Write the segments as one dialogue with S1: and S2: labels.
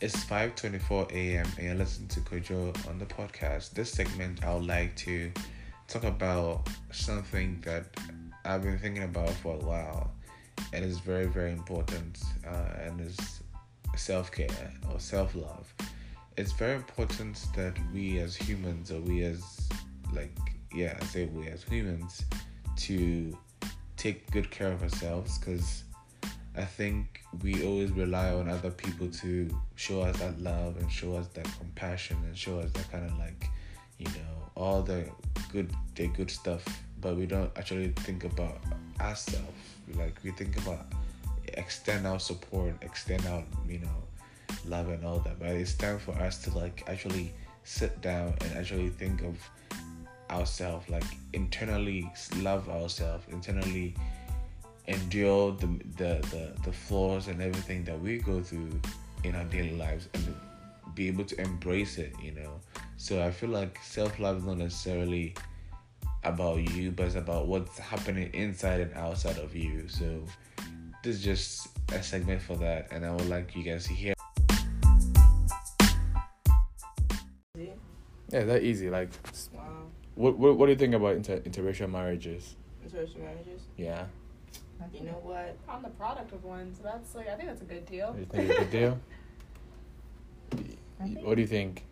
S1: It's 5:24 a.m. and you're listening to Kojo on the podcast. This segment, I would like to talk about something that I've been thinking about for a while, and it's very, very important, uh, and is self-care or self-love. It's very important that we as humans, or we as like yeah, I say we as humans, to take good care of ourselves because. I think we always rely on other people to show us that love and show us that compassion and show us that kind of like, you know, all the good the good stuff. But we don't actually think about ourselves. Like we think about extend out support, extend out, you know, love and all that. But it's time for us to like actually sit down and actually think of ourselves, like internally love ourselves, internally endure the, the, the, the flaws and everything that we go through in our daily lives and be able to embrace it, you know. So I feel like self love is not necessarily about you, but it's about what's happening inside and outside of you. So this is just a segment for that, and I would like you guys to hear.
S2: Yeah, that easy. Like,
S3: Wow.
S2: what what, what do you think about inter- interracial marriages?
S3: Interracial marriages.
S2: Yeah,
S3: You know what?
S4: I'm the product of one, so that's like I think that's a good deal.
S2: you think it's a good deal?
S5: I think-
S2: What do you think?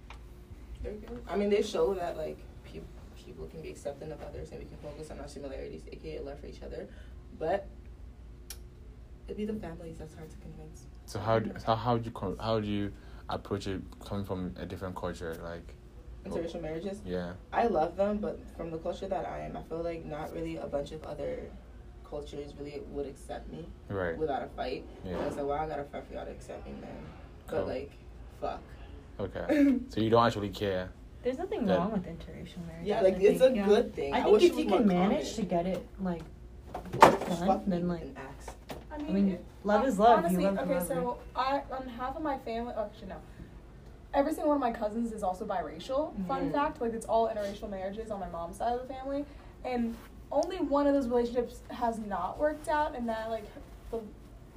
S3: They're good. I mean, they show that like people people can be accepting of others and we can focus on our similarities, aka love for each other. But it'd be the families that's hard to convince.
S2: So how do, how how do you con- how do you approach it coming from a different culture? Like,
S3: Interracial marriages.
S2: yeah,
S3: I love them, but from the culture that I am, I feel like not really a bunch of other cultures really would accept me
S2: right,
S3: without a fight. And I
S2: yeah,
S3: was like, wow, I gotta fight for y'all to accept me, man.
S2: Cool.
S3: But like, fuck.
S2: okay. So you don't actually care.
S5: There's nothing
S2: That-
S5: wrong with interracial marriage.
S3: yeah, like
S5: I
S3: it's a
S5: think, yeah.
S3: good thing.
S5: I
S3: wish
S5: think
S3: it
S5: if
S3: was
S5: you
S3: more
S5: can manage
S3: common.
S5: to get it, like,
S3: Just
S5: Fun,
S3: fuck me
S5: then, like-
S3: with an axe.
S4: I
S5: I
S4: mean,
S5: mean,
S4: it-
S5: love
S4: uh,
S5: is love.
S4: Honestly,
S5: you love
S4: okay,
S5: whoever.
S4: so I on half of my family. Oh, actually, no. Every single one of my cousins is also biracial. Fun
S5: Mm-hmm.
S3: Mhm.
S4: fact, like it's all interracial marriages on my mom's side of the family, and only one of those relationships has not worked out, and that like the, the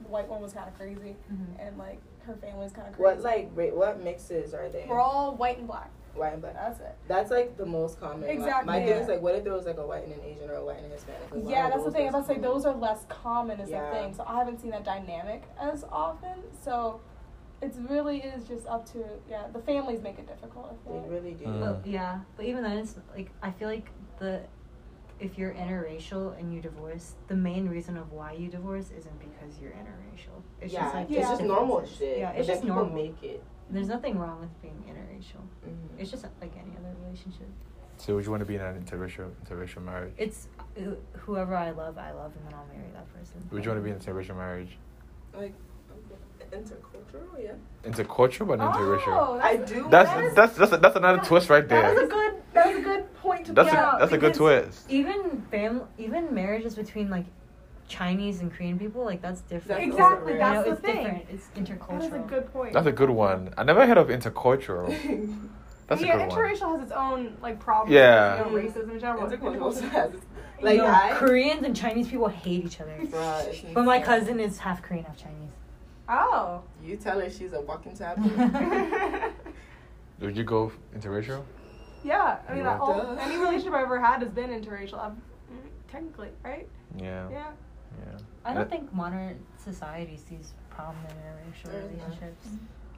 S4: white one was kind of crazy,
S5: Mhm.
S4: and like her family's kind of crazy.
S3: What like wait, what mixes are they?
S4: We're all white and black.
S3: white and black.
S4: That's it.
S3: That's like the most common. Like,
S4: Exactly,
S3: my thing
S4: yeah.
S3: is like, what if there was like a white and an Asian or a white and a Hispanic? Like, why
S4: Yeah,
S3: are
S4: that's the
S3: those
S4: thing. I'm
S3: so
S4: about to say
S3: common?
S4: those are less common is
S3: Yeah.
S4: the thing. So I haven't seen that dynamic as often. So it's really is just up to yeah, the families make it difficult. I feel
S3: They
S4: like.
S3: really do.
S2: Mm.
S5: Well, yeah, but even then, it's like I feel like the if you're interracial and you divorce, the main reason of why you divorce isn't because you're interracial. It's
S3: yeah,
S5: just like
S4: Yeah.
S3: it's just normal
S5: differences.
S3: shit.
S5: Yeah,
S3: but
S5: it's
S3: then
S5: just
S3: people
S5: normal.
S3: Make it.
S5: There's nothing wrong with being interracial.
S4: Mm-hmm.
S3: Mhm.
S5: It's just like any other relationship.
S2: So would you want to be in an interracial interracial marriage?
S5: It's uh, whoever I love, I love, and then I'll marry that person.
S2: Would you want to be
S5: Oh.
S2: in interracial marriage?
S3: like intercultural. Yeah,
S2: Intercultural but not interracial.
S4: Oh,
S3: I
S4: that's-
S3: do.
S2: That's
S4: that is-
S2: that's that's that's another twist right
S4: That was
S2: there.
S4: a good. That was a good point to
S2: That's
S4: bring
S2: a
S4: out.
S2: that's a good
S5: because-
S2: twist.
S5: Even fam, even marriages between like Chinese and Korean people, like that's different.
S3: That's also
S4: Exactly.
S3: rare.
S5: You know,
S4: That's the
S5: it's
S4: thing.
S5: different. It's intercultural.
S4: That is a good point.
S2: That's a good one. I never heard of intercultural. That's a
S4: yeah,
S2: good one.
S4: interracial has its own like problems.
S2: Yeah.
S4: You know, racism in general.
S3: intercultural.
S5: Like
S3: Like,
S5: no,
S3: I-
S5: Koreans and Chinese people hate each other.
S3: Bruh, it's
S5: But my
S3: insane.
S5: cousin is half Korean, half Chinese.
S4: Oh.
S3: You tell her she's a walking tap.
S2: Would you go interracial?
S4: yeah. I mean,
S2: Yeah.
S4: all,
S3: Duh.
S4: any relationship I've ever had has been interracial. I've, technically, right?
S2: Yeah.
S4: Yeah.
S2: Yeah.
S5: I
S2: Uh,
S5: don't think modern society sees problem in interracial
S3: There's not.
S5: relationships.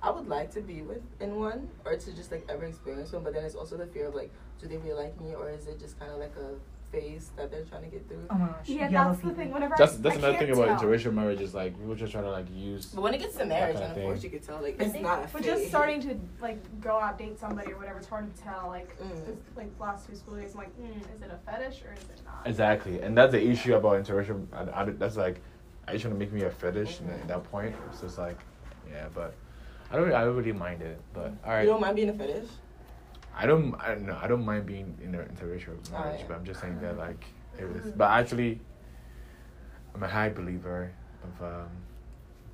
S3: I would like to be with in one or to just like ever experience one, but then it's also the fear of like, do they really like me or is it just kind of like a phase that they're trying to get through?
S5: Oh my gosh.
S4: Yeah,
S5: yellow
S4: that's the
S5: fever.
S4: thing. Whenever
S2: That's
S4: I,
S2: that's
S4: I
S2: another thing
S4: can't
S2: about
S4: tell.
S2: interracial marriage is like people just try to like use
S3: But when it gets to
S2: marriage,
S3: marriage,
S2: That
S3: then of
S2: kind of then of course
S3: course
S2: thing.
S3: you could tell like
S5: I
S3: it's
S5: think
S3: not a
S4: But
S3: phase.
S4: just starting to like go out date somebody or whatever, it's hard to tell. Like
S3: Mm.
S4: this, like last two school days, I'm like, mm, is it a fetish or is it not?
S2: exactly, and that's the issue about interracial. I, I, that's like, are you trying to make me a fetish? And at that point, it's just like, yeah, but I don't I don't really mind it. But all right,
S3: You don't mind being a fetish?
S2: I don't I don't know I don't mind being in an interracial marriage,
S3: Oh, yeah.
S2: but I'm just saying that like it was. But actually, I'm a high believer of um,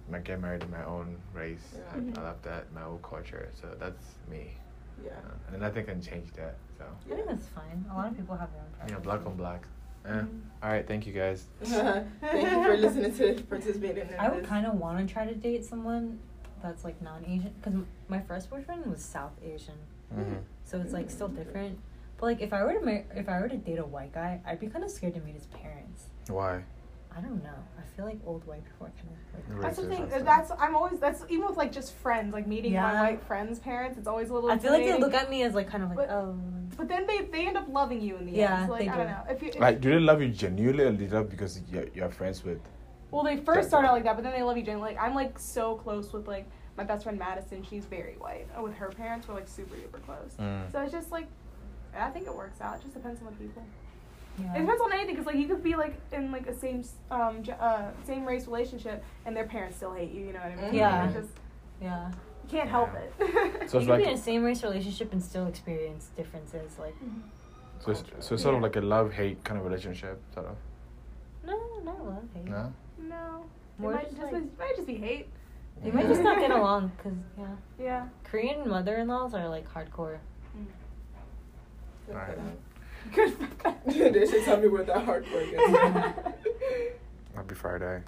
S2: my get married in my own race. I,
S3: Yeah.
S2: I love that my own culture, so that's me,
S3: Yeah.
S2: uh, and nothing can change that. So.
S5: I think that's fine. A lot of people have their own
S2: Yeah,
S5: preferences.
S2: black on black. Eh.
S3: Mm-hmm.
S2: All right, thank you guys.
S3: Thank you for listening to participating in
S5: I would
S3: this.
S5: kind of want to try to date someone that's like non-Asian. Because my first boyfriend was South Asian,
S2: Mhm.
S5: so it's like still different. But like if I were to mar- if I were to date a white guy, I'd be kind of scared to meet his parents.
S2: Why?
S5: I don't know. I feel like old white people are kind of.
S2: Right.
S5: Like,
S4: That's the thing.
S2: Racism stuff.
S4: That's I'm always that's even with like just friends, like meeting my
S5: Yeah.
S4: white friends' parents. It's always a little.
S5: I feel like they
S4: intimidating.
S5: look at me as like kind of like
S4: But-
S5: oh.
S4: But then they, they end up loving you in the
S5: Yeah,
S4: end. So, like
S5: they
S4: I
S5: do.
S4: don't know. If you if,
S2: Like, do they love you genuinely or do they love because you're, you're friends with?
S4: well, they first start out like that, but then they love you genuinely. Like I'm like so close with like my best friend Madison. She's very white. And With her parents, we're like super duper close.
S2: Mm.
S4: So it's just like I think it works out. It just depends on the people.
S5: Yeah.
S4: It depends on anything because like you could be like in like a same um ge- uh, same race relationship and their parents still hate you. You know what I mean?
S5: Yeah.
S4: It's just,
S5: yeah.
S4: you can't help it.
S2: So
S5: you can
S2: it's like
S5: be in a same race relationship and still experience differences. Like,
S4: Hmm.
S2: so it's, so it's sort of like a love hate kind of relationship sort of.
S5: no, not love hate.
S3: Mm-hmm.
S2: No.
S4: no.
S5: More
S4: it might
S5: just
S4: just,
S5: like-
S4: be, might just be hate.
S5: They might just not get along because yeah,
S4: Yeah.
S5: Korean mother-in-laws are like hardcore.
S3: Good
S2: Alright.
S4: Good for them.
S3: they should tell me where that hard work is.
S2: Happy Friday.